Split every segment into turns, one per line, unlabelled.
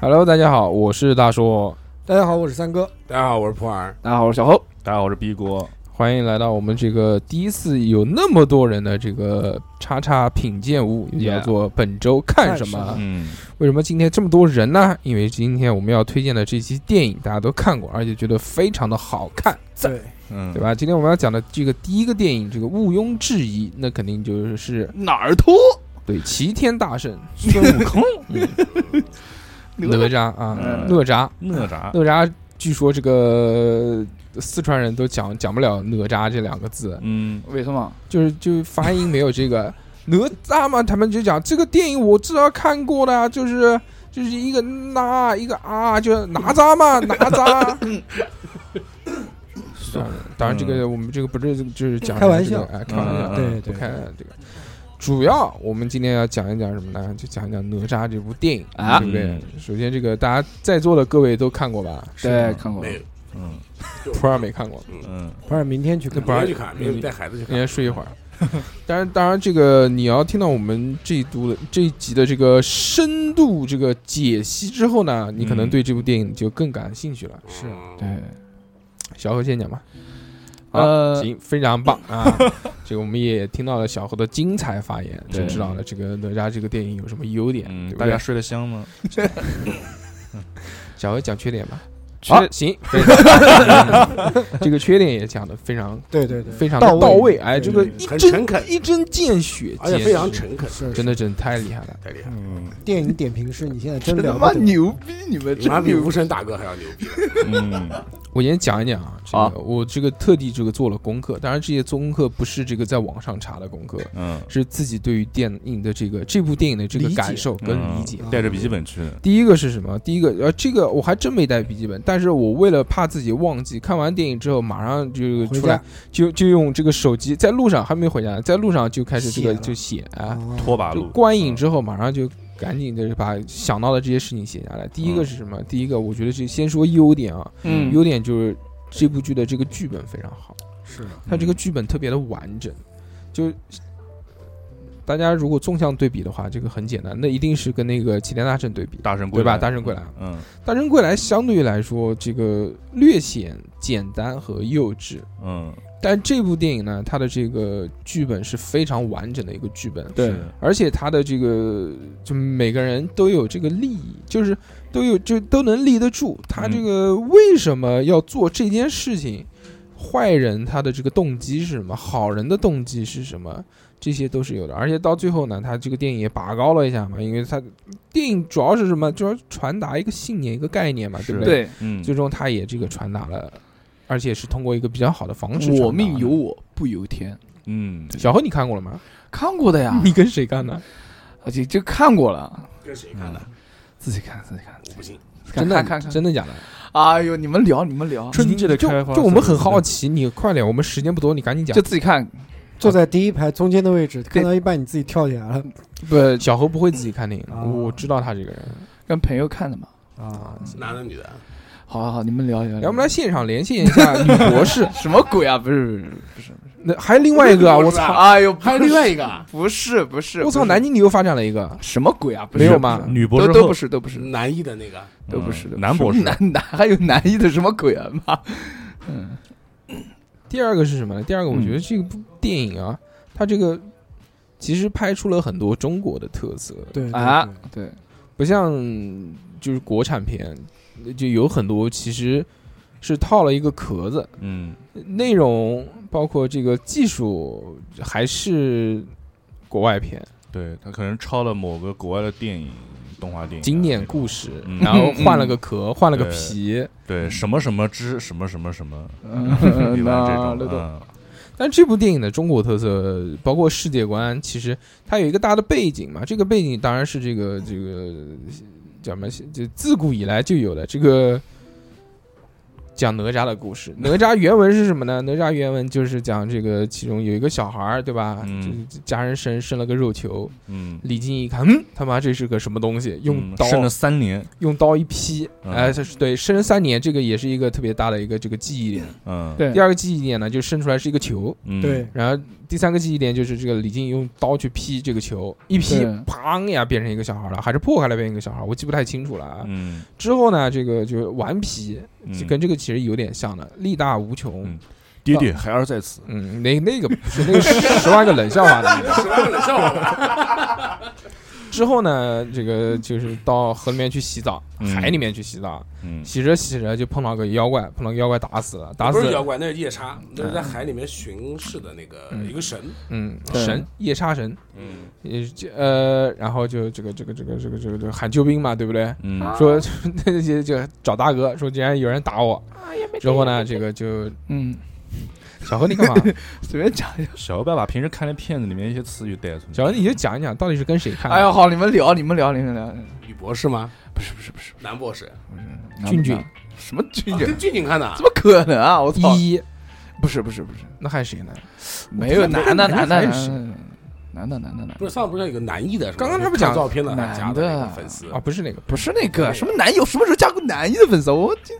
Hello，大家好，我是大叔，
大家好，我是三哥。
大家好，我是普洱。
大家好，我是小侯。
大家好，我是 B 锅。
欢迎来到我们这个第一次有那么多人的这个叉叉品鉴屋，也
Yeah
叫做本周看什么
看什么？
嗯，
为什么今天这么多人呢？因为今天我们要推荐的这期电影大家都看过，而且觉得非常的好看，
对，
嗯
对？吧？今天我们要讲的这个第一个电影，这个毋庸置疑，那肯定就是
哪儿秃？
对齐天大圣
孙悟空，
哪吒啊，
嗯
哪吒，
哪吒，
哪吒，据说这个四川人都讲讲不了哪吒这两个字，
嗯，
为什么？
就是就发音没有这个哪吒嘛，他们就讲这个电影我至少看过的啊，就是就是一个那一个啊，就是哪吒嘛，哪吒。当然当然，这个我们这个不是就是讲
嗯开玩
这个
笑
哎，开玩笑，
嗯
不
对对，
开这个。主要我们今天要讲一讲什么呢？就讲一讲哪吒这部电影，
啊
对不对
嗯？
首先，这个大家在座的各位都看过吧？
对，看过。
没有，
嗯
普洱没看过，
嗯，
不然明天去看
不。然
别去看，别带孩子去
应
看。
该睡一会儿。当然，当然，这个你要听到我们这一度的这一集的这个深度这个解析之后呢，你可能
嗯哦
对这部电影就更感兴趣了。
是
对，
小何先讲吧。好
呃，
行，非常棒啊！这个我们也听到了小何的精彩发言，就
对
知道了这个哪吒这个电影有什么优点，
嗯，
对不
大家
对？
睡得香吗？
小何讲缺点吧。
缺
好，行，非常 这个缺点也讲的非常
对对对，
非常
到
的
位
到位，哎，这
对
个
对
一
很
针
诚恳
一针见血，
而且
见
非常
血
诚恳，
是
真的真的太厉害了。
太厉害了，
嗯
电影点评师，你现在真
他
了
妈
不得。
牛逼！你们
你妈
真
比
牛
无声大哥还要牛逼。
嗯，
我先讲一讲啊，这
好
个我这个特地这个做了功课，当然这些做功课不是这个在网上查的功课，
嗯，
是自己对于电影的这个这部电影的这个
理解
感受跟理解。
嗯
带着笔记本去的。
第一个是什么？第一个呃，这个我还真没带笔记本，但是我为了怕自己忘记，看完电影之后马上就
回
出来
家，
就就用这个手机，在路上还没回家，在路上就开始这个
写了
就写啊，
哦
拖把
就
路，嗯
观影之后马上就赶紧的把想到的这些事情写下来。第一个是什么？第一个我觉得是先说优点啊，
嗯
优点就是这部剧的这个剧本非常好，
是的
它这
嗯
个剧本特别的完整，就。大家如果纵向对比的话，这个很简单，那一定是跟那个《齐天大圣》对比。
大圣
对
归
吧
来
大圣归来
嗯
《大圣归来》相对于来说，这个略显简单和幼稚，
嗯，
但这部电影呢，它的这个剧本是非常完整的一个剧本，
对
是的
而且他的这个就每个人都有这个利益，就是都有就都能立得住。他这个
嗯
为什么要做这件事情？坏人他的这个动机是什么？好人的动机是什么？这些都是有的。而且到最后呢，他这个电影也拔高了一下嘛，因为他电影主要是什么？主要传达一个信念、一个概念嘛，对不
是
对？
对，
嗯，
最终他也这个传达了，而且是通过一个比较好的方式。
我命由。我不由天。
嗯，
小何，你看过了吗？
看过 的呀，
你跟谁看的？
而且啊就看过了，
跟谁看的？
自己看自己看，
我不信。
真的
看看看。
真的假的？
哎呦，你们聊你们聊，
春季的
就
开花，
就我们很好奇，你快点，我们时间不多，你赶紧讲
就。自己看。
坐在第一排中间的位置，看到一半你自己跳起来了
不，小何不会自己看电影的，
啊
我知道他这个人
跟朋友看的嘛。
啊！
男的女的？
好好好，你们聊一聊。
来，我们来现场连线一下女博 士。
什么鬼啊？不是不是不是，
那还有另外一个啊， 我操！
哎呦，
还有另外一个啊
不是不是，
我操，
不是
南京你又发展了一个，
什么鬼啊？不
没
是
有吗
不是
女博士
都
后
都不是都不是
男一的那个，
都不是
嗯
的，
男博士
男男还有男一的什么鬼啊妈！
第二个是什么呢？第二个，我
嗯
觉得这部电影啊，它这个其实拍出了很多中国的特色，
对
啊，对，
不像就是国产片，就有很多其实是套了一个壳子，
嗯
内容包括这个技术还是国外片。
对他可能抄了某个国外的电影、动画电影，啊
经典故事，
嗯
然后换了个壳，换了个皮。
对什么什么之什么什么什么，
嗯，
有点这
那
种
那都
嗯
但这部电影的中国特色，包括世界观，其实它有一个大的背景嘛。这个背景当然是这个这个叫什么？就自古以来就有的这个。讲哪吒的故事。哪吒原文是什么呢？哪吒原文就是讲这个，其中有一个小孩儿，对吧？
嗯
就是家人生生了个肉球，
嗯，
李靖一看，嗯，他妈这是个什么东西？用
嗯
刀、
生了三年，
用刀一劈，
嗯
哎、这是对，生了三年，这个也是一个特别大的一个这个记忆点。
嗯，
对
第二个记忆点呢，就生出来是一个球，
嗯，
对，
然后第三个记忆点就是这个李靖用刀去劈这个球，一劈
对，
砰呀，变成一个小孩了，还是破开了变成一个小孩，我记不太清楚了啊。
嗯，
之后呢，这个就是顽皮，
嗯
就跟这个其实有点像的，力大无穷。嗯
嗯爹爹孩儿在此，
那那个不是那个是十 万个冷笑话的。
十万冷笑话吧，
之后呢，这个就是到河里面去洗澡，
嗯
海里面去洗澡，
嗯
洗着洗着就碰到个妖怪，碰到个妖怪打死了，打
不
死
是妖
了，
怪，那是夜叉，那是在海里面巡视的那个
嗯
一个神。
嗯，
对
神夜叉神，
嗯，
也就呃，然后就这个这个这个这个这个这个喊救兵嘛，对不对？
嗯
说 那些就找大哥，说竟然有人打我，之后呢，这个就
嗯，
小何你干嘛？
随便讲一下。
小何爸爸平时看的片子里面一些词语带出来，
小何你就讲一讲到底是跟谁看的？
哎呀，好，你们聊，你们聊，你们聊。
女博士吗？
不是不是不是
男博士，
不是，
俊俊
什么俊
啊
俊？
跟俊俊看的啊
怎，么可能啊！我操！
一
不是不是不是，
那还有谁呢？
没有男的男的
还
男
有
的
谁
男的男的男
不
的，
是上次不是有个男一的是吧？
刚刚他不讲
看照片的
男
假的那
的
个粉丝
啊，不是那个，
不是那个什么男友，什么时候加过男一的粉丝？我这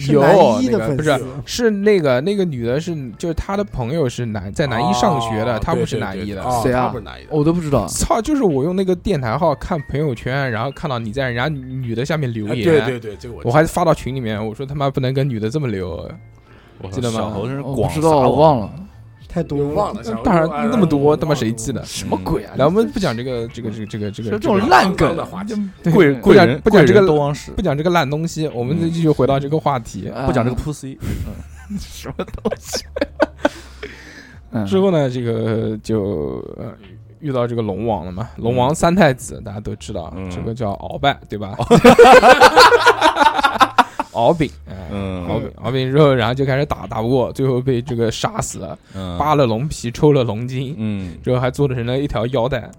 是
有
男一
那
的
个
粉
不
丝
是，是那个那个女的是，就是她的朋友是男在南一上学的，
哦
她不是
对对
南一
对
的。
哦
谁啊
他不是南一的，
我都不知道。
操！就是我用那个电台号看朋友圈，然后看到你在人家女的下面留
哎
言，
对对对，这个我
我还发到群里面，我说他妈不能跟女的这么留。
我
记得吗
小何真是
我
广
不知道，我忘了
太
我
多
忘了，小时候
当然
哎
那么多，
我
他妈谁
忘了
记得？
什么鬼啊！
来，我们不讲这个这个这个这个这
说
个
这
这个
种烂梗啊
肮脏的话题，
对
贵人
不
贵
讲
人
不讲这个
贵人都往史，
不讲这个烂东西，我
嗯
们就继续回到这个话题。
啊
不讲这个 pussy，
什么东西。嗯
之后呢，这个就呃遇到这个龙王了嘛，龙王三太子大家都知道，啊
嗯
这个叫鳌拜对吧？ 敖丙，嗯，敖
哦嗯
丙，敖丙之后，然后就开始打，打不过，最后被这个杀死了，
嗯，
扒了龙皮，抽了龙筋，
嗯
之后还做成了一条腰带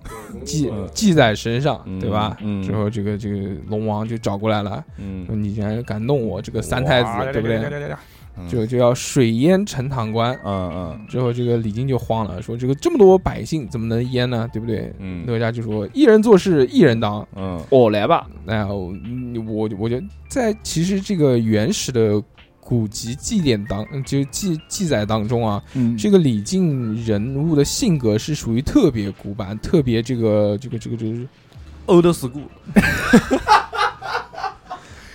系
嗯
系在身上，
嗯
对吧？
嗯
之后这个这个龙王就找过来了，说
嗯，
你竟然敢弄我这个三太子，对不对？
对？嗯
就就要水淹陈塘关。
嗯
之后，这个李靖就慌了，说：“这个这么多百姓怎么能淹呢？对不对？”
嗯
哪吒就说：“一人做事一人当。
嗯
我来吧，”
哎，我我我觉得在其实这个原始的古籍祭典当嗯就记记载当中啊，
嗯
这个李靖人物的性格是属于特别古板，特别这个这个这个这个
，old school，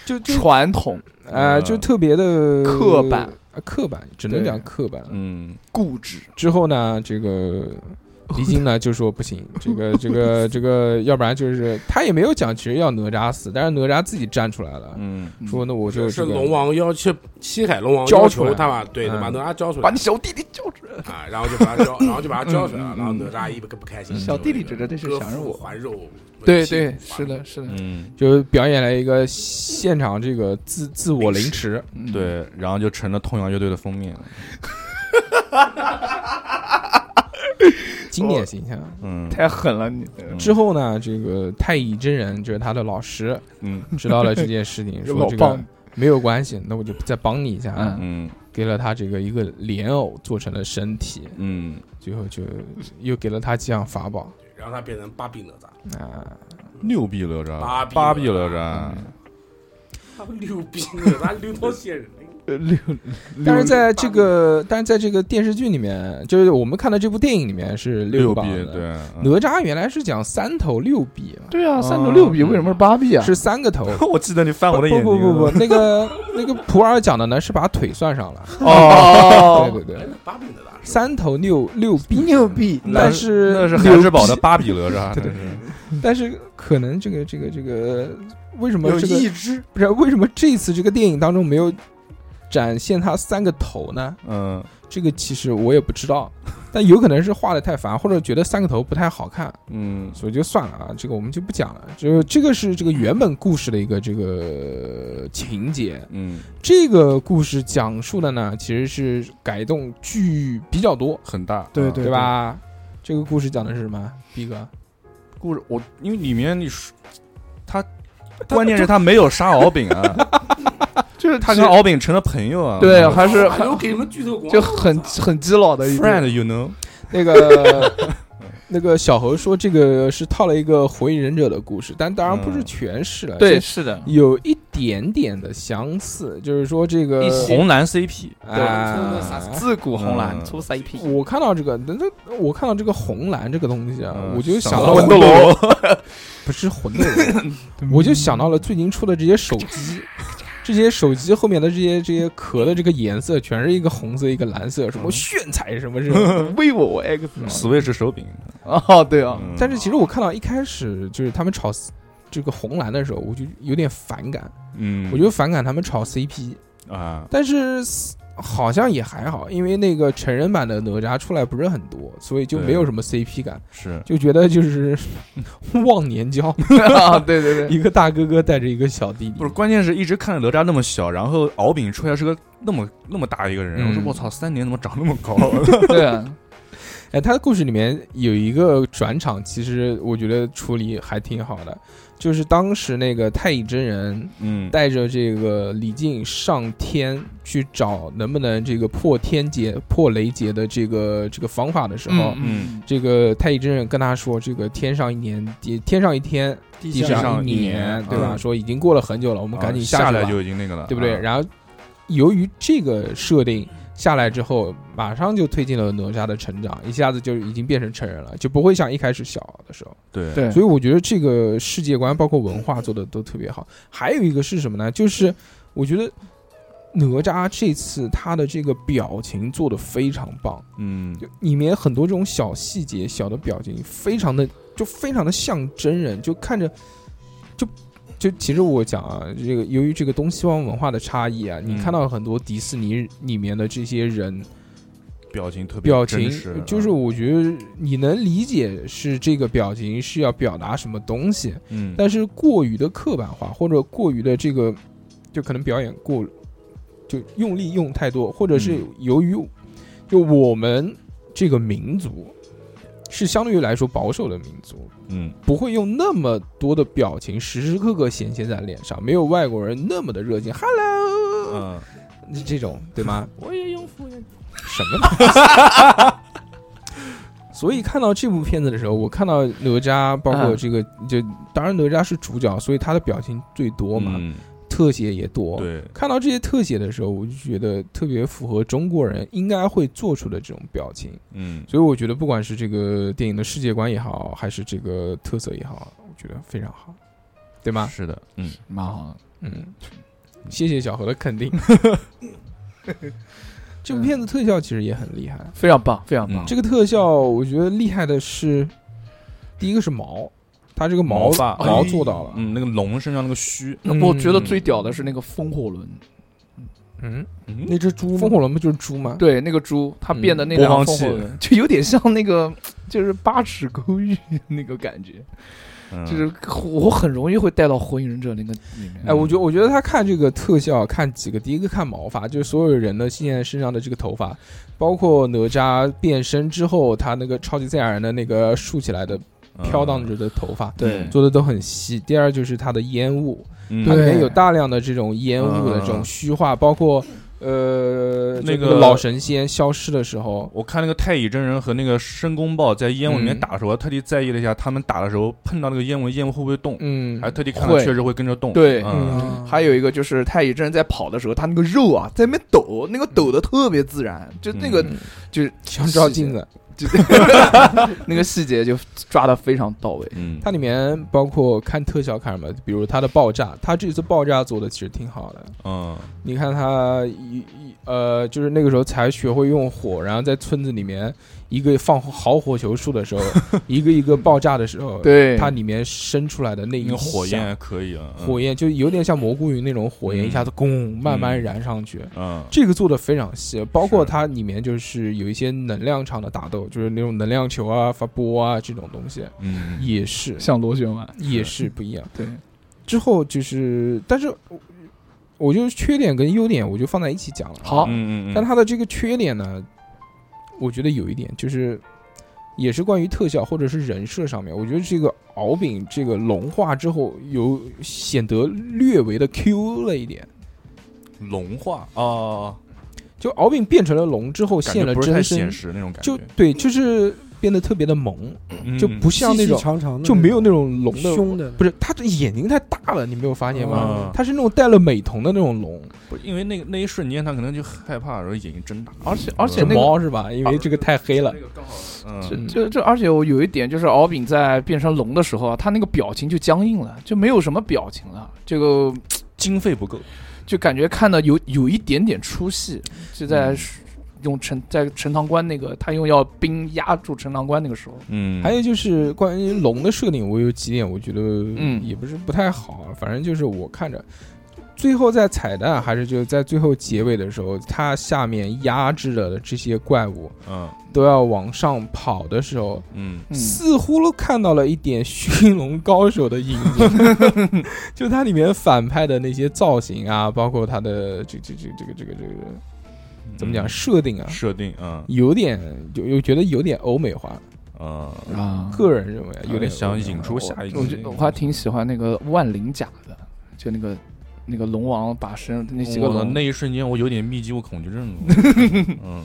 就就
传统
啊、就特别的
刻板
啊，刻板只能
对
讲刻板。
嗯
固执，
之后呢，这个 李靖呢就说不行，这个这个这个，要不然就是他也没有讲，其实要哪吒死，但是哪吒自己站出来了，
嗯
说那我就是这个
龙王要去西海龙王
交
要
出来
求他把对
嗯
把哪吒交出
把
来
你小弟弟叫出来。
啊，然后就把他交，然后就把他交出来了
嗯，嗯
然后哪吒一不不开心，
小弟弟
就
指着这是
割
想着
腹
我
还肉，
对对，是的，是的，
嗯，
就表演了一个现场这个自自我凌
哦
迟，
嗯，
对，然后就成了痛仰乐队的封面，
经典形象。
嗯
太狠了你。
之后呢，这个太乙真人就是他的老师，
嗯
知道了这件事情，说
老
这个
棒
没有关系，那我就再帮你一下，
嗯
嗯
给了他这个一个莲藕做成了身体，
嗯
最后就又给了他几样法宝
然后他变成八臂哪吒，
啊。
六臂哪吒，
八
八
臂
臂
哪
哪
吒
吒，
他们六臂哪吒六条线人，
六，
但是在这个，但是在这个电视剧里面，就是我们看的这部电影里面是
六臂
磅的。
对，嗯
哪吒原来是讲三头六臂嘛，
对啊，三头六臂为什么是八臂啊？
是三个头。
我记得你翻
不不不不，那个那个普洱讲的呢是把腿算上了。对
哦，
对对，
八臂哪吒是
三头六六臂，
牛逼，
但是
那是
六
孩之宝的八臂哪吒， 对对，
但是可能这个这个这个为什么
有
这个
一只
不是为什么这次这个电影当中没有展现他三个头呢？
嗯
这个其实我也不知道，但有可能是画的太烦，或者觉得三个头不太好看。
嗯
所以就算了啊，这个我们就不讲了。就这个是这个原本故事的一个这个情节，
嗯，
这个故事讲述的呢，其实是改动剧比较多，
很大，啊
对
对。
对吧？这个故事讲的是什么？逼哥，
故事，我因 为里面你说他，关键是他没有杀敖丙啊，
就是
他跟敖丙成了朋友啊。
对还是
哎呦给你们剧透光，
就很很基佬的一个
friend，you know，
那个那个小猴说这个是套了一个火影忍者的故事，但当然不是全是了，
嗯对，
是
是的，
有一点点的相似，就是说这个
一些
红蓝 CP，
啊。
自古红蓝
嗯
出 CP，
我看到这个，那那我看到这个红蓝这个东西啊，
嗯
我就
想
到
到
了
魂斗罗，
不是魂斗罗，我就想到了最近出的这些手机，这些手机后面的这些这些壳的这个颜色，全是一个红色一个蓝色，什
嗯
么炫彩什么 什么。
vivo X 嘛
Switch 手柄。
哎哦，对啊，
嗯
但是其实我看到一开始就是他们炒这个红蓝的时候，我就有点反感，
嗯，
我就反感他们炒 CP，
啊，
但是好像也还好，因为那个成人版的哪吒出来不是很多，所以就没有什么 CP 感，
是
就觉得就是 忘年交，
啊，对 对对，
一个大哥哥带着一个小弟弟
不是？。关键是一直看着哪吒那么小，然后敖丙出来是个那么那么大一个人，
嗯
我说我操，三年怎么长那么高？
对啊，
哎，他的故事里面有一个转场，其实我觉得处理还挺好的，就是当时那个太乙真人
嗯，
带着这个李靖上天去找能不能这个破天劫、破雷劫的这个这个方法的时候，
嗯，
这个太乙真人跟他说：“这个天上一年，地天上一天，
地
地
下
下
上
上
一
一年
对吧？
嗯
说已经过了很久了，我们赶紧
啊下
去吧
来就已经那个了，
对不对？
啊？
然后由于这个设定下来之后，马上就推进了哪吒的成长，一下子就已经变成成人了，就不会像一开始小的时候。
对
对，
所以我觉得这个世界观包括文化做的都特别好。还有一个是什么呢？就是我觉得哪吒这次他的这个表情做的非常棒，
嗯，
就里面很多这种小细节、小的表情，非常的就非常的像真人，就看着就。就其实我讲啊，这个由于这个东西方文化的差异啊，你
嗯
看到很多迪士尼里面的这些人，
表情特别
表
真
情
实，啊
就是我觉得你能理解是这个表情是要表达什么东西，
嗯，
但是过于的刻板化或者过于的这个，就可能表演过，就用力用太多，或者是
嗯
由于就我们这个民族是相对于来说保守的民族，
嗯
不会用那么多的表情时时刻刻显现在脸上，没有外国人那么的热情，Hello，
嗯，
这种对吗？
我也用复原，
什么东西？ 所以看到这部片子的时候，我看到哪吒，包括
嗯
这个，就当然哪吒是主角，所以他的表情最多嘛，
嗯
特写也多。，
对，
看到这些特写的时候，我就觉得特别符合中国人应该会做出的这种表情。
嗯，
所以我觉得，不管是这个电影的世界观也好，还是这个特色也好，我觉得非常好，对吗？
是的，嗯，
蛮好的，
嗯， 谢谢小何的肯定。 这部片子特效其实也很厉害。
非常棒，非常棒
嗯，
这个特效我觉得厉害的是，第一个是毛，它这个毛
毛发
毛
哎
做到了。
嗯，那个龙身上那个须，
嗯
我觉得最屌的是那个风火轮，
嗯，
嗯
那只猪吗
风火轮不就是猪吗？
对，那个猪它变的那
嗯播
辆
放
风火
器
轮，就有点像那个就是八尺勾玉那个感觉，
嗯
就是我很容易会带到火影忍者那个里面。
哎，我觉得我觉得他看这个特效，看几个，第一个看毛发，就是所有人的现在身上的这个头发，包括哪吒变身之后，他那个超级赛亚人的那个竖起来的
嗯
飘荡，着的头发，
对
做的都很细。第二就是它的烟雾，
嗯
它里
对
面有大量的这种烟雾的这种虚化，包括呃
那
这
个
老神仙消失的时候，
我看那个太乙真人和那个申公豹在烟雾里面
嗯
打的时候，我特地在意了一下，他们打的时候碰到那个烟雾，烟雾会不会动？
嗯，
还特地看了，
会
确实会跟着动。
对
啊
嗯，
还有一个就是太乙真人在跑的时候，他那个肉啊在那边抖，那个抖的特别自然，就那个、
嗯
就是
想照镜子。
就 那个细节就抓的非常到位。
嗯，
它里面包括看特效看什么，比如它的爆炸，它这次爆炸做的其实挺好的。
嗯
你看它一一呃，就是那个时候才学会用火，然后在村子里面一个放好火球术的时 候，一个一个爆炸的时候，，
对，
它里面生出来的那一
那个火焰
下。
还可以啊，嗯
火焰就有点像蘑菇云那种火焰，
嗯
一下子咣慢慢燃上去，
嗯
这个做的非常细，包括
是
它里面就是有一些能量场的打斗，就是那种能量球啊、发波啊这种东西，
嗯，
也是
像螺旋丸，
也是不一样。
对，
之后就是，但是我我就缺点跟优点我就放在一起讲了。啊
好，
嗯嗯嗯，
但它的这个缺点呢，我觉得有一点就是，也是关于特效或者是人设上面，我觉得这个敖丙这个龙化之后有显得略微的 Q 了一点，
龙化哦，
就敖丙变成了龙之后
感
现
觉
了
不是太
真身
现，实那种感觉嗯
就，对，就是变得特别的萌，
就
就不像那
细
种
细长长的，
就没有那种龙的，
凶的，
不是他这眼睛太大了，你没有发现吗？
嗯，
他是那种带了美瞳的那种龙，
不是因为那个那一瞬间他可能就害怕，然后眼睛睁大，
而且而且
是
那个
猫是吧？
啊
因为这个太黑了
那，个刚好，
这
嗯，
这这，而且我有一点就是敖丙在变成龙的时候啊，他那个表情就僵硬了，就没有什么表情了，这个
经费不够，
就感觉看的有有一点点出戏，就在用陈在陈塘关那个他用要兵压住陈塘关那个时候，
嗯，
还有就是关于龙的设定，我有几点我觉得
嗯
也不是不太好，反正就是我看着。最后在彩蛋还是就在最后结尾的时候，它下面压制的这些怪物
嗯
都要往上跑的时候，
嗯
嗯，
似乎看到了一点《驯龙高手》的影子， 就它里面反派的那些造型啊，包括它的这这这这个这个这个怎么讲设定啊，
嗯设定，嗯
有点有有觉得有点欧美化，
嗯，
啊，
个人认为啊有
有点
点
想引
出。
出下一
我觉
嗯
集，
我还挺喜欢那个万灵甲的，就那个那个龙王把身那几个
我
龙
那一瞬间我有点密集我恐惧症 了，嗯，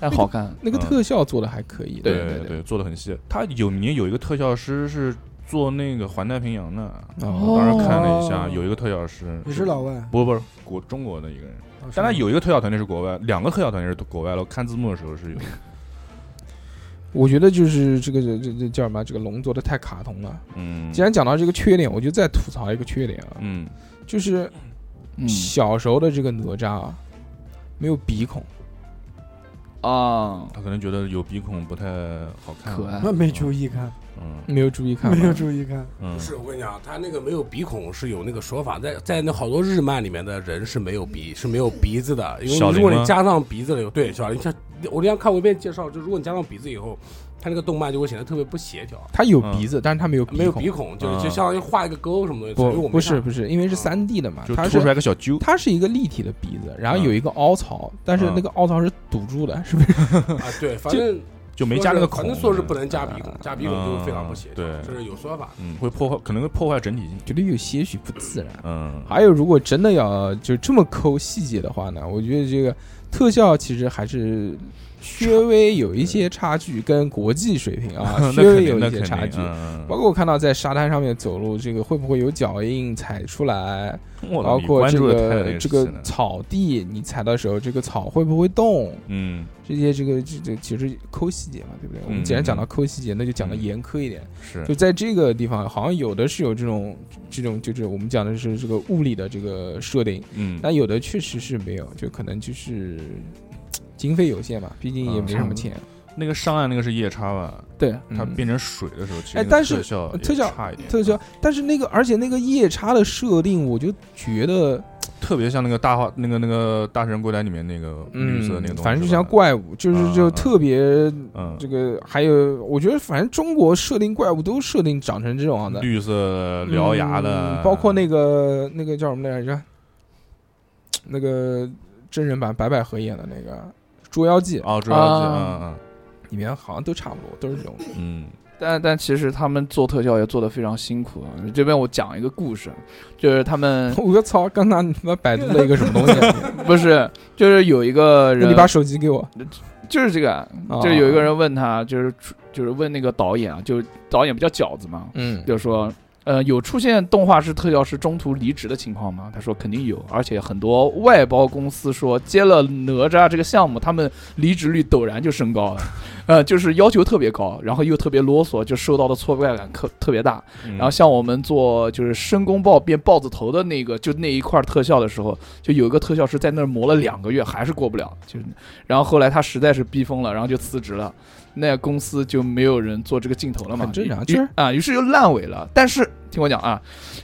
太好看，
那个
嗯
特效做的还可以，
对
对
对
做的很细。他有年有一个特效师是做那个环太平洋的，
哦
哦
当时看了一下，
哦
有一个特效师
也是老外，
啊
不不是国中国的一个人，
哦
当然
是吗
有一个特效团队是国外，两个特效团队是国外了。我看字幕的时候是有，
我觉得就是这个这这这叫什么？这个龙做的太卡通了。
嗯，
既然讲到这个缺点，我就再吐槽一个缺点啊，
嗯
就是
嗯
小时候的这个哪吒啊，没有鼻孔，
啊，
他可能觉得有鼻孔不太好看，
可爱
那没注意看，
嗯
没有注意看吧，
没有注意看，
嗯
不，是，我跟你讲，他那个没有鼻孔是有那个说法，在在那好多日漫里面的人是没有鼻是没有鼻子的，因
小
为
林
如果
吗
你加上鼻子了以后，对小林，像我之前看过一遍介绍，就如果你加上鼻子以后，他那个动漫就会显得特别不协调，
他有鼻子，但是他没有
没有
孔
鼻。孔，就是
啊
就相当于画一个勾什么东西。所以我
不
没
不是
看
不是，因为是
啊
三 D 的嘛，
就
它
凸出
是
来个小揪，
它是一个立体的鼻子，然后
嗯
有一个凹槽，但是
嗯
那个凹槽是堵住的，是不是？
啊，对，反正
就没加那个
反
孔，
正说是不能加鼻孔，加鼻孔就非常不协调，
嗯对
就是有说法。
嗯，会破坏，可能会破坏整体性，
觉得有些许不自然。
嗯，
还有，如果真的要就这么抠细节的话呢，我觉得这个特效其实还是稍微有一些差距，跟国际水平啊，
那
稍
肯
微
定
有
那
一些
肯
差
定，
距。
嗯，
包括我看到在沙滩上面走路，这个会不会有脚印踩出来？
我操
包
你
括
关
这
注的太
个这个
细了
草地，你踩的时候，这个草会不会动？
嗯，
这些这个这这其实抠细节嘛，对不对？我们既然讲
嗯
到抠细节，那就讲的严苛一点。
是
就在这个地方，好像有的是有这种这种，就是我们讲的是这个物理的这个设定，
嗯，
但有的确实是没有，就可能就是经费有限嘛，毕竟
嗯
也没什么钱。
那个上岸那个是夜叉吧？
对，
嗯
它变成水的时候，其实
哎
那个
但是
特效也
特效
差一点，啊
特效，但是那个而且那个夜叉的设定，我就觉得，
特别像那个大话那个那个大神归来里面那个绿色那个东西，
嗯反正就是
吧
像，怪物，就是就
嗯嗯
特别
嗯
这，个，还有我觉得反正中国设定怪物都设定长成这种样的，
绿色獠牙的，啊
嗯包括那个那个叫什么来着？那个真人版白百合演的那个《捉妖记》
哦，知道
啊
嗯
里面好像都差不多，都是这 种。
嗯嗯
但但其实他们做特效也做得非常辛苦啊。这边我讲一个故事，就是 他们
我操！刚刚他妈百度了一个什么东 西？
不是，就是有一个
那
人，
你把手机给我。
就是这个，
哦
就是有一个人问他，就是就是问那个导演啊，就是导演不叫饺子嘛，
嗯，
就说，呃，有出现动画师、特效师中途离职的情况吗？他说肯定有，而且很多外包公司说接了哪吒这个项目，他们离职率陡然就升高了，呃，就是要求特别高，然后又特别啰嗦，就受到的挫败感特特别大。
嗯，
然后像我们做就是申公豹变豹子头的那个，就那一块特效的时候，就有一个特效师在那儿磨了两个月，还是过不了，就是，然后后来他实在是逼疯了，然后就辞职了。那公司就没有人做这个镜头了嘛，
很正常
于
就是
于啊，于是就烂尾了。但是听我讲啊，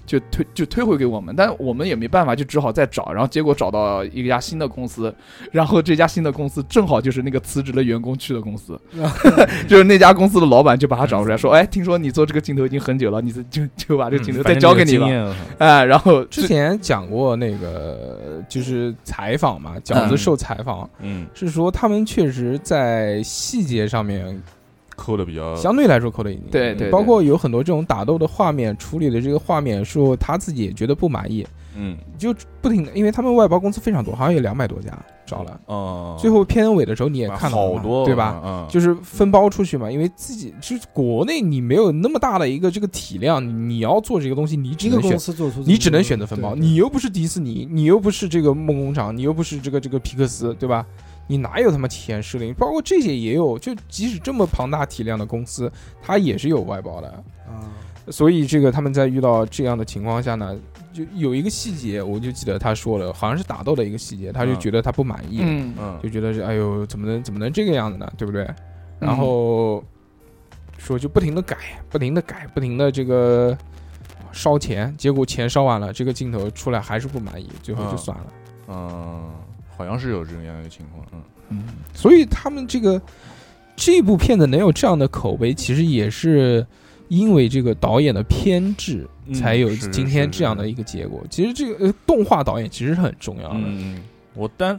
就推就推回给我们，但我们也没办法，就只好再找。然后结果找到一家新的公司，然后这家新的公司正好就是那个辞职的员工去的公司， 就是那家公司的老板就把他找出来说，哎，听说你做这个镜头已经很久了，你就就就把这
嗯
个镜头再交给你吧，
了，
哎，然后
之
就
前讲过那个就是采访嘛，饺子受采访
嗯，
是说他们确实在细节上面
抠的比较
相对来说扣的一定，
嗯对对对
包括有很多这种打斗的画面处理的这个画面，说他自己也觉得不满意，
嗯，
就不停的，因为他们外包公司非常多，好像有两百多家找了。
哦，
最后片尾的时候你也看到了
好
嘛
多，
对吧？？
嗯，
就是分包出去嘛，因为自己就是国内你没有那么大的一个这个体量，你你要做这个东西，你只
一个
能选
公，司做出这么多，
你只能选择分包，
对
你又不是迪士尼，你又不是这个梦工厂，你又不是这个这个皮克斯，对吧？你哪有他妈体验失灵？包括这些也有，就即使这么庞大体量的公司，它也是有外包的。
啊，
所以这个他们在遇到这样的情况下呢，就有一个细节，我就记得他说了，好像是打斗的一个细节，他就
嗯
觉得他不满意，
嗯，
嗯，
就觉得是哎呦，怎么能怎么能这个样子呢？对不对？然后说就不停的改，不停的改，不停的这个烧钱，结果钱烧完了，这个镜头出来还是不满意，最后就
嗯
算了。
嗯，好像是有这样一个情况，嗯，
嗯，
所以他们这个这部片子能有这样的口碑，其实也是因为这个导演的偏执，
嗯
才有
是是
今天这样的一个结果。其实这个呃动画导演其实是很重要的，
嗯，我单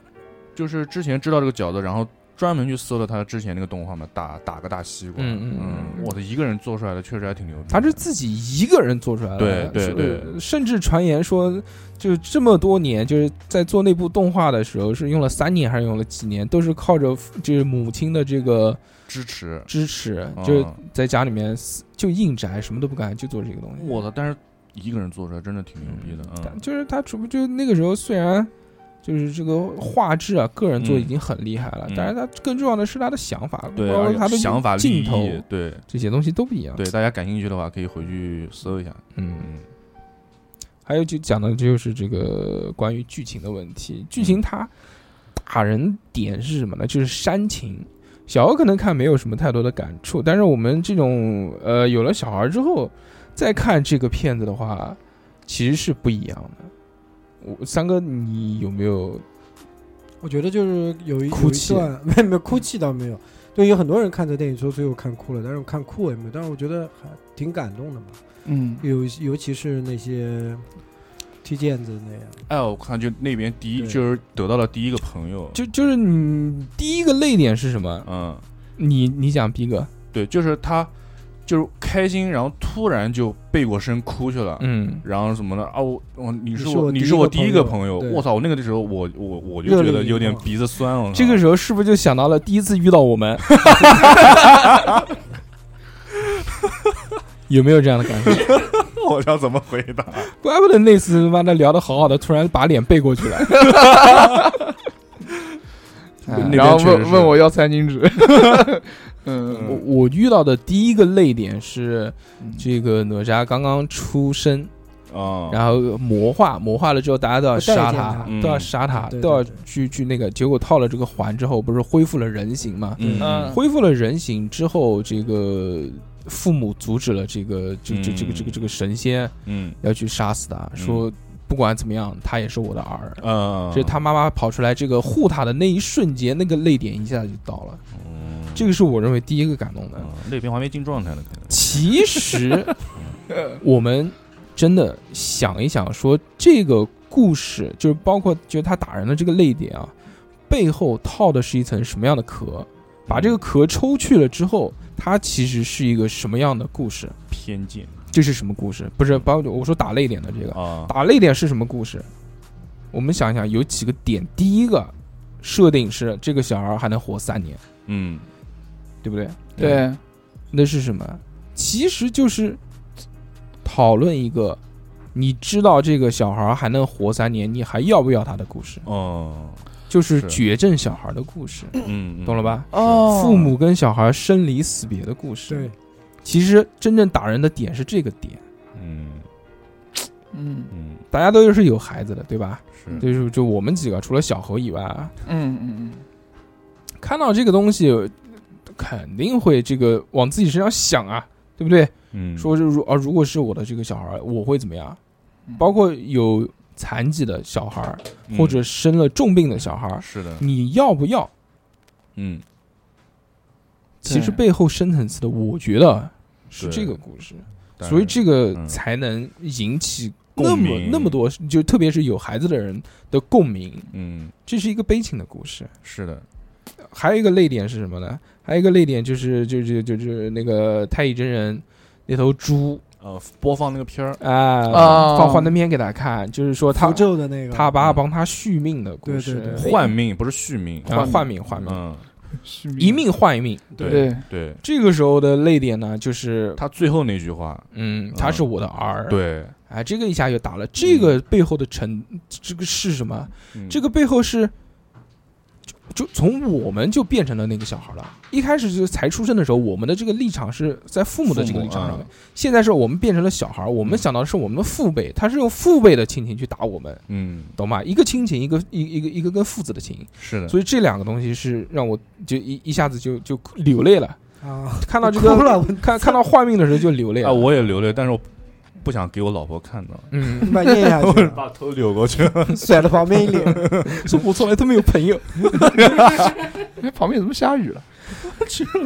就是之前知道这个饺子，然后专门去搜了他之前那个动画嘛，打打个大西瓜，
嗯嗯
嗯，我的一个人做出来的确实还挺牛逼的，
他是自己一个人做出来的，
对对
是呃
对
甚至传言说，就这么多年，就是在做那部动画的时候，是用了三年还是用了几年，都是靠着就是母亲的这个
支持，
支持，
嗯
就是在家里面就硬宅，什么都不干，就做这个东西。
我的，但是一个人做出来真的挺牛逼的，嗯
但就是他除就那个时候虽然就是这个画质啊，个人做
嗯
已经很厉害了，
嗯
但是他更重要的是他的想法，
对，
包
而
括
且
他的
想法、
镜
立
头啊
意，对
这些东西都不一样。
对，大家感兴趣的话可以回去搜一下，
嗯，
嗯
还有就讲的就是这个关于剧情的问题，剧情它打人点是什么呢？就是煽情。小孩可能看没有什么太多的感触，但是我们这种呃有了小孩之后再看这个片子的话，其实是不一样的。我三哥，你有没有
我觉得就是有一
哭泣
有一段没有没有哭泣倒没有，对，有很多人看这电影说最后看哭了，但是我看哭也没有，但是我觉得还挺感动的嘛，
嗯，
尤尤其是那些踢毽子那样，
哎，我看就那边第一
对
就是得到了第一个朋友，
就就是你第一个泪点是什么？
嗯，
你你讲逼哥，
对，就是他就是开心，然后突然就背过身哭去了。
嗯，
然后怎么的啊？我我你是
你是
我
我
你
第
是
一
我
个
第
朋
一个
友
朋友，
对
我操！我那个的时候，我我我就
热
觉
泪
得
盈
有点
眶
鼻子酸 了。
这个
是
时候是不是就想到了第一次遇到我们？ 有没有这样的感觉？
我要怎么回 答？
怪不得那次他妈的聊得好好的，突然把脸背过去了。
哎
那边
然后
确实
问
是
问我要餐巾纸，嗯，
我我遇到的第一个泪点是
嗯
这个哪吒刚刚出生，
啊，
然后魔化魔化了之后，大家都要杀他
不待，
见他
都要杀他，
嗯对
都要
对对
去去那个。结果套了这个环之后，不是恢复了人形嘛？
嗯
嗯
恢复了人形之后，这个父母阻止了这个这这这个这个这个神仙
嗯
要去杀死他，说不管怎么样，他也是我的儿。
嗯，
所以他妈妈跑出来这个护他的那一瞬间，那个泪点一下就到了，
嗯
这个是我认为第一个感动的。
嗯那边还没进状态呢，可能
其实我们真的想一想，说这个故事就是包括就是他打人的这个泪点啊，背后套的是一层什么样的壳？把这个壳抽去了之后，它其实是一个什么样的故事？
偏见
这是什么故事？不是，包括我说打泪点的这个，
啊，
打泪点是什么故事？我们想一想，有几个点。第一个设定是这个小孩还能活三年，
嗯
对不对？
对，
那是什么？其实就是讨论一个，你知道这个小孩还能活三年，你还要不要他的故事，
哦，
就是
是
绝症小孩的故事，
嗯，
懂了吧？
哦
父母跟小孩生离死别的故事。
对，
其实真正打人的点是这个点，
嗯？
嗯
嗯
大家都是有孩子的，对吧？
嗯，是，
就是就我们几个，除了小猴以外啊，
嗯嗯
看到这个东西，肯定会这个往自己身上想啊，对不对？
嗯，
说是如啊，如果是我的这个小孩儿，我会怎么样？
嗯，
包括有残疾的小孩儿，或者生了重病的小孩
嗯
儿，
是的，
你要不要？
嗯，
其实
对
背后深层次的，我觉得是这个故事，
当
所以
然
这个
嗯
才能引起那
共
么
鸣
那么多，就特别是有孩子的人的共鸣。
嗯
这是一个悲情的故事。
是的，
还有一个泪点是什么呢？还有一个泪点就是就就就就是那个太乙真人那头猪，
呃播放那个片儿，
啊，
啊
放幻灯片给大家看，就是说他
符咒的那个，
他爸帮他续命的故
对
事
对，对
换命不是续命，
啊换命换命，
嗯，
一命换一命。
对
对
对，
这个时候的泪点呢，就是
他最后那句话，
嗯，他是我的儿，，
对，
哎，这个一下就打了。这个背后的成，这个是什么？
嗯
这个背后是，就就从我们就变成了那个小孩了。一开始就是才出生的时候，我们的这个立场是在父母的啊嗯这个立场上面
嗯。
现在是我们变成了小孩，我们想到的是我们的父辈，他是用父辈的亲情去打我们，
嗯，
懂吗？一个亲情，一个一一个一个跟父子的情，
是的，
所以这两个东西是让我就一一下子就就流泪了。
啊，
看到这
哭
个
了，我
看看到画面的时候就流泪
啊，
了。
我也流泪，但是我不想给我老婆看到，
嗯，
把咽下去了，
把头扭过去 了，
甩了旁边一脸。
说我从来都没有朋友。
哎，旁边怎么下雨了？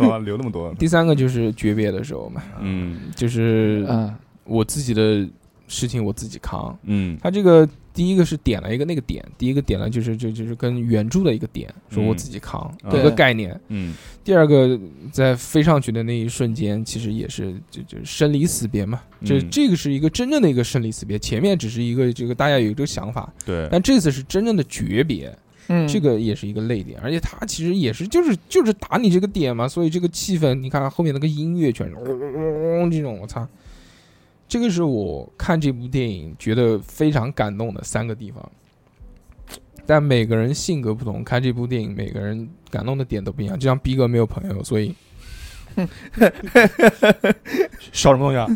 哇流那么多，
第三个就是诀别的时候嘛，
嗯
就是
嗯，
我自己的事情我自己扛。
嗯
他这个第一个是点了一个那个点，第一个点了就是就就是跟原著的一个点，说我自己扛
嗯
一个概念。
嗯
第二个在飞上去的那一瞬间，其实也是就就生离死别嘛，这
嗯
这个是一个真正的一个生离死别，前面只是一个这个大家有一个想法，
对，
但这次是真正的诀别。
嗯
这个也是一个泪点，而且他其实也是就是就是打你这个点嘛，所以这个气氛，你看后面那个音乐全是嗡嗡嗡嗡这种，我操，这个是我看这部电影觉得非常感动的三个地方。但每个人性格不同，看这部电影每个人感动的点都不一样。就像逼哥没有朋友，所以笑什么东西啊？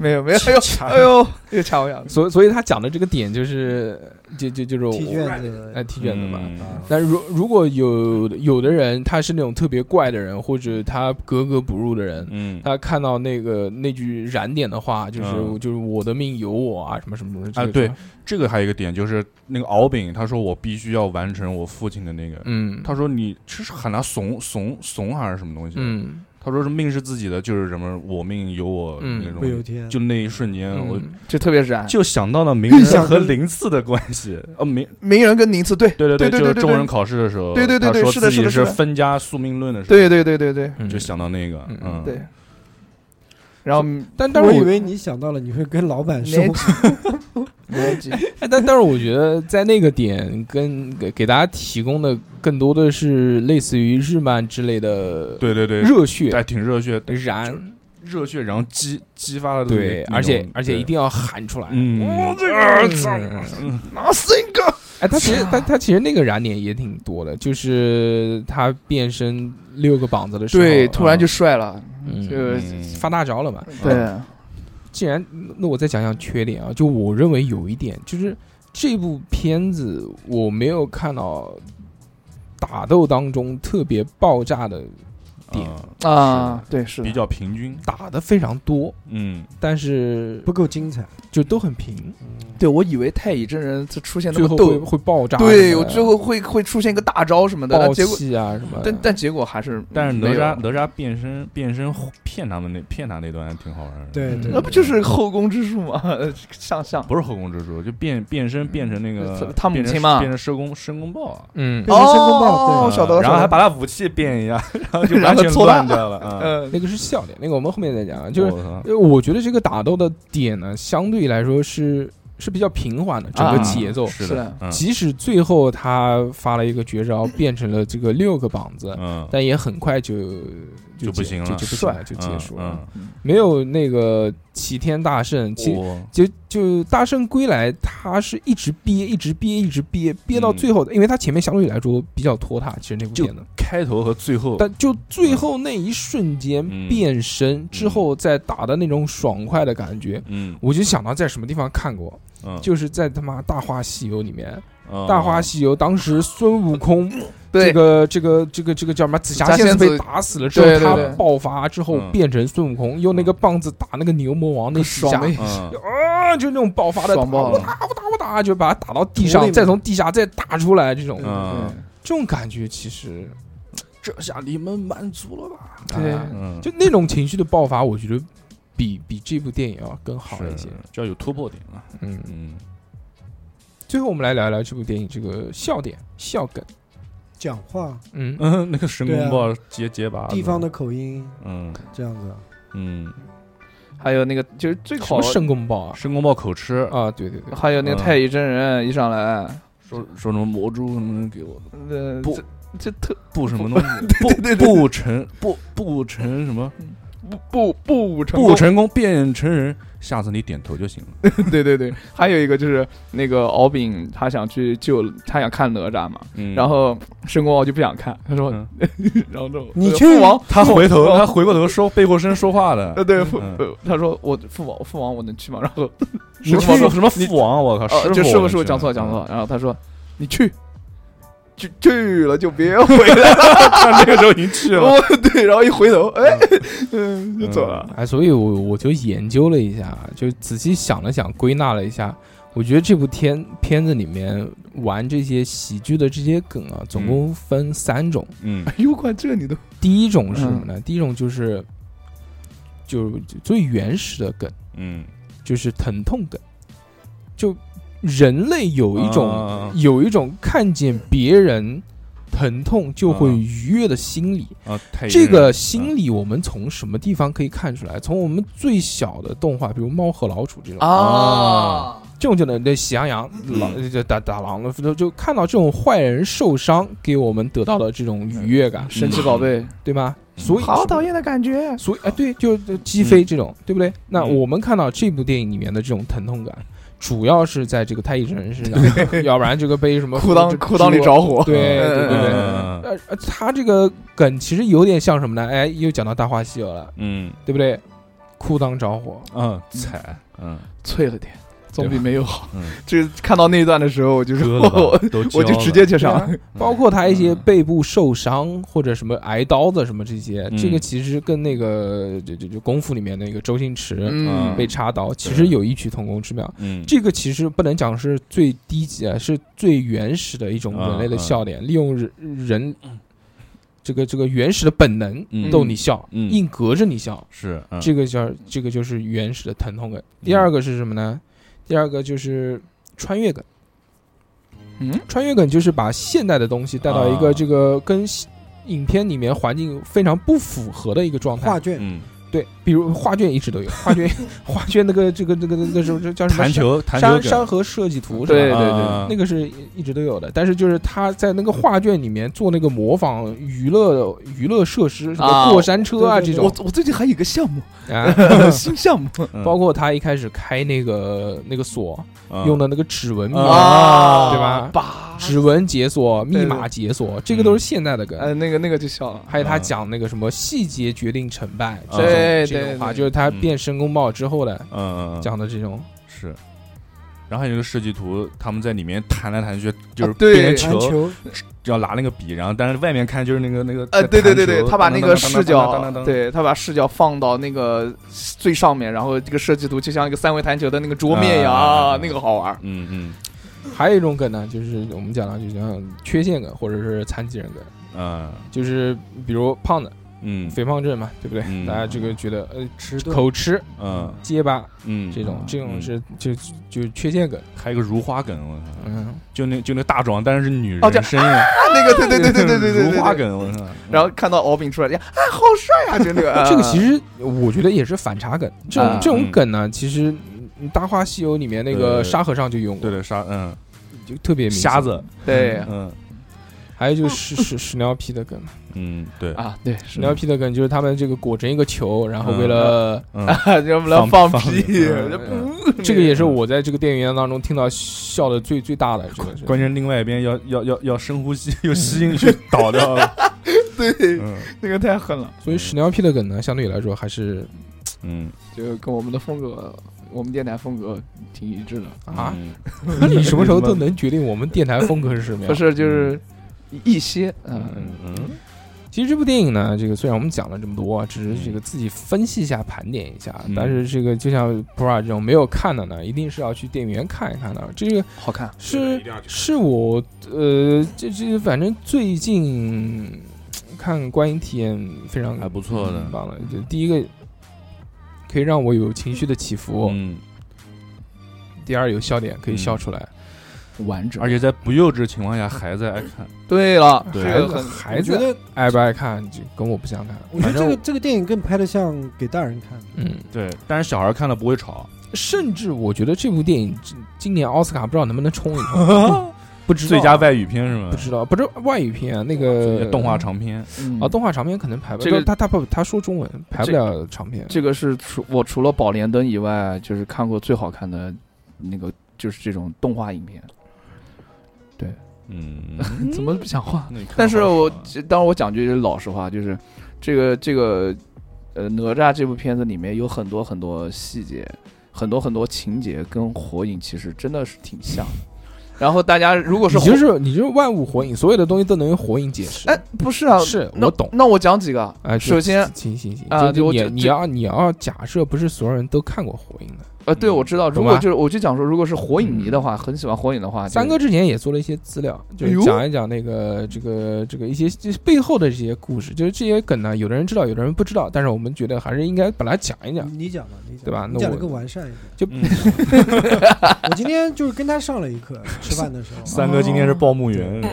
没有没有，哎呦哎呦，又掐我眼了。
所以所以他讲的这个点就是就就就是我
踢卷子
哎踢卷子嘛，
嗯
啊，
但如如果有有的人他是那种特别怪的人，或者他格格不入的人，
嗯，
他看到那个那句燃点的话，就是、
嗯
就是我的命由我啊，什么什么什么
啊对，这个还有一个点就是那个敖丙，他说我必须要完成我父亲的那个，
嗯，
他说你这是喊他怂怂怂还是什么东西？
嗯
他说是命是自己的，就是什么我命由我
嗯
那种，
会有天
就那一瞬间，我
嗯
就特别燃。
就想到了名
人
人和
和
零次的关系。哦，名
名人跟宁次，对
对
对
对，
对
就是
对
中文考试的时候，
对对对对
他说
是的
自
是
己
的
是
是的
分家宿命论的时候，
对对对对对
嗯
就想到那个，
嗯
嗯，
对，。然后嗯
但但
我
是
以
我
为你想到了你会跟老板说
年纪， 年纪，
哎但但是我觉得在那个点跟给给大家提供的更多的是类似于日漫之类的
对对对，
热血
哎，挺热血，
燃，
热血，然后激激发了那
对，
种
而且而且
对
一定要喊出来。
嗯，
嗯
拿 single，
哎，他其实他他其实那个燃点也挺多的，就是他变身六个膀子的时候，
对，突然就帅了，
嗯
就
嗯
发大招了嘛。
对，
既然那我再讲讲缺点啊，就我认为有一点就是这部片子我没有看到打斗当中特别爆炸的，点
嗯
啊，对，是
比
的，
较平均，
打的非常多，
嗯，
但是
不够精彩。
就都很平，
对我以为太乙真人他出现那
最
么
后会
逗，
会爆炸什么的，
对我最后会会出现一个大招什么的，
爆
但结果
气啊什么的，
但但结果还是
但是哪
没有
吒哪吒变身变身骗他们那骗他那段还挺好玩的，
对对，
那不就是后宫之术吗？ 上相
不是后宫之术，就变变身变成那个
他母
变成
亲嘛
变成申公申公豹啊，
嗯，
变成申公豹
哦
对
我晓得了，
嗯然后还
晓得
把
了
他武器变一下，然后就
然
完
后
全
搓
乱
他
掉 了，嗯，
嗯
那个是笑点，那个我们后面再讲啊，就是
我操
呃，我觉得这个打斗的点呢，相对来说是是比较平缓的，整个
啊
节奏。
是
是
的
的，
嗯
即使最后他发了一个绝招，变成了这个六个膀子，
嗯，
但也很快就
就不
结
行了
就就不行了，就结束了，
嗯。
没有那个齐天大圣，
嗯
其
我
就就大圣归来，他是一直憋，一直憋，一直憋，憋到最后，因为他前面相对来说比较拖沓，其实那部
嗯就
片子。
开头和最后，
但就最后那一瞬间
嗯
变身之后再打的那种爽快的感觉，
嗯
我就想到在什么地方看过，
嗯，
就是在他妈《大话西游》里面，
嗯
《大话西游》当时孙悟空这
哦对
个这个这个这个叫什么紫霞
紫霞
仙子
仙
被
子
打死了之后
对，对
他
对嗯
爆发之后
嗯
变成孙悟空，用那个棒子打那个牛魔王那几
爽
下
的。
嗯
啊， 就那种爆发的打，
爽爆
我
了
打我打我打，就把他打到地
土
上，
里
再
面
从地下再打出来，这种
嗯
这种感觉其实，
这下你们满足了吧？
对
啊
嗯，
就那种情绪的爆发，我觉得比比这部电影要更好
是
一些。
就要有突破点啊。
嗯，
嗯，
最后我们来聊一聊这部电影这个笑点、笑梗。
讲话
嗯，
嗯，那个神
对
功
啊
豹结结巴，
地方的，口音
嗯
这样子，
嗯，
还有那个就是最
什
好嗯
么，申公豹啊？
申公豹口吃，
啊，对对对，
还有那个太乙真人一上来，
说说什么魔珠什么给我
呃，
不
这这特
不什么东 西，不不成不不成什么
不不不成
不
功，
成功变成人，下次你点头就行了。
对对对，还有一个就是那个敖丙，他想去救，他想看哪吒嘛，
嗯
然后申公豹就不想看，他说，
嗯
然后这 种
你
呃
去
父王，
哦他回头他回过头说背过身说话的
呃，，对父
嗯，
呃他说我父王父王我能去吗？然后
什么
去
什么什么父王，啊我靠，
哦
师
就
傅
师
我
傅师傅
去
讲错
了
讲错，，然后他说你去。去去了就别回 来了，
他那个时候已经去了，
哦 对，然后一回头，哎， 嗯，就走了。
哎，所以我我就研究了一下，就仔细想了想，归纳了一下，我觉得这部片片子里面玩这些喜剧的这些梗啊，总共分三种。
嗯
哎呦，管这你都
第一种是什么呢？第一种就是就是最原始的梗，
嗯
就是疼痛梗，就人类有一种、
啊
嗯
有一种看见别人疼痛就会
嗯
愉悦的心理。
啊，太
哎
这
阴了
个心理我们从什么地方可以看出来？从我们最小的动画，比如《猫和老鼠》这种，
啊，
这种就能对喜羊羊、
嗯
狼就打打狼了，就就看到这种坏人受伤，给我们得到的这种愉悦感，
神奇宝贝，
对吗？所以
好讨厌的感觉。
所以啊，对，就就击
嗯
飞这种，对不对？那我们看到这部电影里面的这种疼痛感，主要是在这个太乙真人身 上，要不然这个被什么
裤裆
这
裤裆里着 火，
对对对对。
嗯
呃呃，他这个梗其实有点像什么呢？哎，又讲到《大话西游》了，
嗯
对不对？裤裆着火，
嗯，踩嗯
脆了点，总比没有好
嗯。
这看到那一段的时候，我就是
割
我
了吧，都
我就
交
直
了
接 去上。
嗯
包括他一些背部受伤或者什么挨刀子什么这些，
嗯
这个其实跟那个就就就功夫里面那个周星驰
嗯，
啊被插刀，其实有异曲同工之妙。
嗯
这个其实不能讲是最低级啊，是最原始的一种
啊
人类的笑点，利用人人这个这个原始的本能
嗯
逗你笑，
嗯
硬隔着你笑，
是嗯
这个叫这个就是原始的疼痛感。第二个是什么呢？第二个就是穿越感。
嗯，
穿越梗就是把现代的东西带到一
啊
个这个跟影片里面环境非常不符合的一个状
画
态。
卷，
嗯
对，比如画卷一直都有，画卷画卷那个这个这个那个什么叫什么
弹球弹球
山
梗
山河设计图是吧？
对对
啊
那个是一直都有的，但是就是他在那个画卷里面做那个模仿娱乐娱乐设施，什么
啊
过山车啊
对
这
对对
种
我我最近还有一个项目，
啊，
新项目
嗯
包括他一开始开那个那个锁
嗯
用的那个指纹密码，
啊
对吧
把
指纹解锁、密
对
码解锁，这个都是现代的梗。
呃，那个那个就笑了。
还有他讲那个什么细节决定成败，这种
对
这种
对
话
对
就是他变申公豹之后的
嗯嗯嗯
讲的这种，
是。然后还有一个设计图，他们在里面弹来弹去，就是
啊对
变成
篮
球，
球，
要拿那个笔，然后但是外面看就是那个那个
呃，对对对
弹
对，
球
他把那个视
当
角
当当当当当当，
对他把视角放到那个最上面，然后这个设计图就像一个三维弹球的那个桌面一样，
啊啊啊
啊
啊，
那个好玩。
嗯嗯
还有一种梗呢，就是我们讲的就像缺陷梗或者是残疾人梗，
嗯
就是比如胖子、
嗯
肥胖症嘛，对不对？
嗯
大家这个觉得呃
迟钝
口吃、
嗯
结巴
嗯，
这种，这种
嗯
是就就缺陷梗，
还有一个如花梗，我操，
嗯，
就那就那大壮，但是是女
哦这
人声音，
啊，那个对对对对对对对对
如花
对。
梗，我操，嗯
然后看到敖丙出来，呀，啊，好帅啊，就那个。
这个其实我觉得也是反差梗，这种
啊
这种
呃嗯
梗呢，其实《大话西游》里面那个
对
沙和尚就用过
对，对啥嗯
就特别明显
瞎子，
对
嗯
还有就是屎屎屎尿屁的梗嘛，
嗯对，
啊，对，
屎尿屁的梗就是他们这个裹成一个球，然后
嗯
为了、
嗯
啊，要不 然
放
放屁，
放
就
嗯
噗
这个也是我在这个电影院当中听到笑的最最大的，这个是
关键另外一边要要要要深呼吸，又吸进去倒掉了，
对，
嗯
那个太狠了，
所以屎尿屁的梗呢，相对来说还是
嗯
就跟我们的风格，我们电台风格挺一致的。
啊，
嗯
那你什么时候都能决定我们电台风格是什么样
不？是，就是一些，啊嗯，
嗯嗯
其实这部电影呢，这个虽然我们讲了这么多，啊只是这个自己分析一下、盘点一下，
嗯
但是这个就像 Bra 这种没有看的呢，一定是要去电影院看一看的。这个
好看，
是
一定要去
是我呃，这这反正最近看观影体验非常
还不错的
很棒了。就第一个可以让我有情绪的起伏，
嗯
第二有笑点可以笑出来，
完整。
而且在不幼稚的情况下还在爱看，
啊对了，
对
这个很
我
孩子
觉得，
爱不爱看就跟我不相干。
我觉得
反正
这个
我
这个电影更拍的像给大人看的。
嗯，
对，但是小孩看了不会吵，
甚至我觉得这部电影今今年奥斯卡不知道能不能冲一 冲，不知道
最佳外语片是吗呃
不？知道，不是外语片啊，那个
动画长片，
嗯
啊，动画长片可能排不
这个
他他不他说中文排不了长片，
这个是除我除了《宝莲灯》以外，就是看过最好看的那个，就是这种动画影片。
嗯，
怎么不讲话？
那你看
嗯但是
好
我
爽啊
这当然我讲句老实话，就是这个这个呃哪吒这部片子里面有很多很多细节，很多很多情节跟火影其实真的是挺像的。然后大家如果是
你
火
就是你就是万物火影，所有的东西都能用火影解释。
哎不是啊，
是
那
我懂。
那我讲几个，
哎，
首先
行行行
啊
就就
我
你
就
你
就
要你要假设不是所有人都看过火影的，
呃，对
嗯
我知道，如
懂
果
吧
就是我就讲说，如果是火影迷的话，很喜欢火影的话，啊就是
嗯三哥之前也做了一些资料，就
哎
是
呦
讲一讲那个这个这个一些这背后的这些故事，就是这些梗呢，有的人知道，有的人不知道，但是我们觉得还是应该把它讲一讲。
你你讲吧，你讲
对吧
你
那
讲的
我
更完善一点。
嗯
我今天就是跟他上了一课，吃饭的时 候。
三哥今天是报幕员，
哦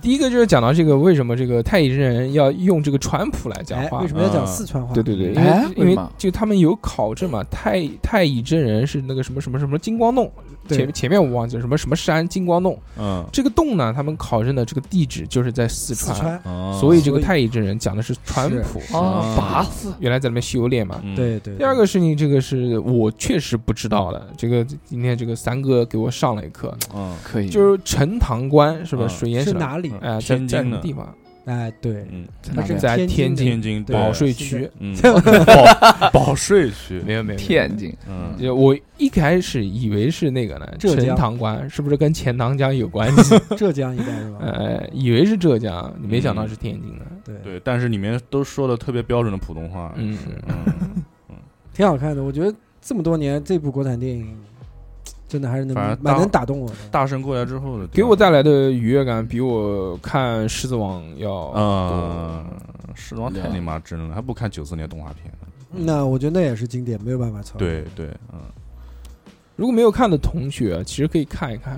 第一个就是讲到这个为什么这个太乙真人要用这个川普来讲
哎，
话
为什么要讲
啊
四川话？
对对对，因为、
哎
因
为
为
什么
就他们有考证嘛，太太乙真人是那个什么什么什么金光洞，
对
前前面我忘记了什么什么山金光洞，
嗯，
这个洞呢，他们考证的这个地址就是在四
四
川，
川。
哦
所以这个
所以
太乙真人讲的是川
是
普，
啊
啊
拔丝
原来在那边修炼嘛。
嗯
对对。
第二个事情，这个是我确实不知道的，这个今天这个三哥给我上了一课，
嗯，
可以，
就是陈塘关是吧？
嗯
水淹
是
省
哪里？
哎，在在什
天津
么
的
地方？
哎，对，
嗯，
在哪
它是
边
在
天
天
津
天津
对
保税
现
区
在。
嗯，保 保税区，
没有没有，没有
天津，
嗯，
就我一开始以为是那个呢，
浙江
陈塘关是不是跟钱塘江有关系？
浙江一带是吧？
呃，以为是浙江，没想到是天津的。
对，
对，但是里面都说的特别标准的普通话，
嗯，
嗯，
挺好看的。我觉得这么多年，这部国产电影真的还是能
反正
蛮
大
能打动我的。
大圣过来之后的，
给我带来的愉悦感比我看《狮子王》要
啊
多。，
时装太你妈真了，还不看九四年动画片呢，
那我觉得那也是经典，没有办法超越。
对对，嗯，
如果没有看的同学，其实可以看一看；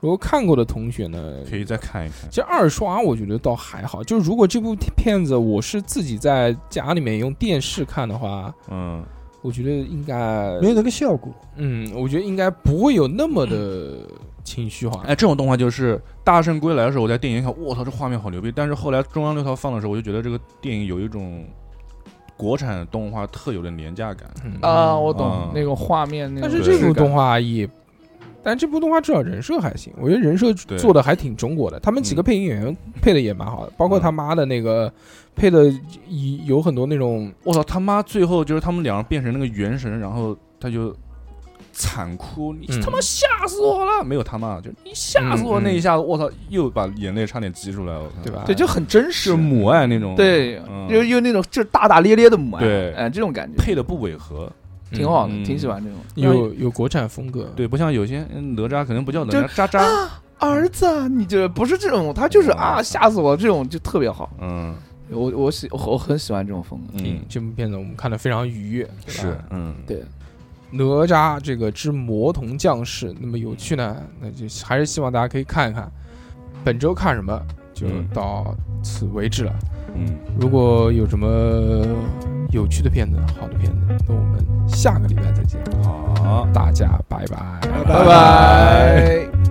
如果看过的同学呢，
可以再看一看
其，实二刷我觉得倒还好。就是如果这部片子我是自己在家里面用电视看的话，
嗯，
我觉得应该
没有那个效果。
嗯，我觉得应该不会有那么的情绪化。
嗯哎，这种动画就是《大圣归来》的时候，我在电影院看，我操，这画面好牛逼！但是后来中央六套放的时候，我就觉得这个电影有一种国产动画特有的廉价感。
嗯
啊，我懂
嗯
那种画面，那
但
种
是
对
这
质
部
感
动画也，但这部动画至少人设还行，我觉得人设
对
做的还挺中国的。他们几个
嗯
配音演员配的也蛮好的，包括他妈的那个配的有有很多那种
我操，他妈！最后就是他们两个变成那个元神，然后他就惨哭，你
嗯
他妈吓死我了！没有他妈，就你吓死我那一
嗯
下子，我操，又把眼泪差点挤出来了，我操
对吧？
嗯对，就很真实
就，母爱那种，
对，
嗯
就又那种就是大大咧咧的母爱，
对
哎，这种感觉
配的不违和，
嗯
挺好的，
嗯
挺喜欢这种。
有有国产风格。
对，不像有些嗯哪吒可能不叫哪
就啊
吒，渣渣，
儿子，你这不是这种，他就是啊，
嗯
吓死我，这种就特别好。
嗯
我我喜我我很喜欢这种风格。
嗯，
这部片子我们看的非常愉悦，对吧
是嗯
对，
哪吒这个之魔童降世那么有趣呢？那就还是希望大家可以看一看。本周看什么就
嗯
到此为止了。
嗯。
如果有什么有趣的片子、好的片子，那我们下个礼拜再见，
好。
大家拜拜。
拜拜。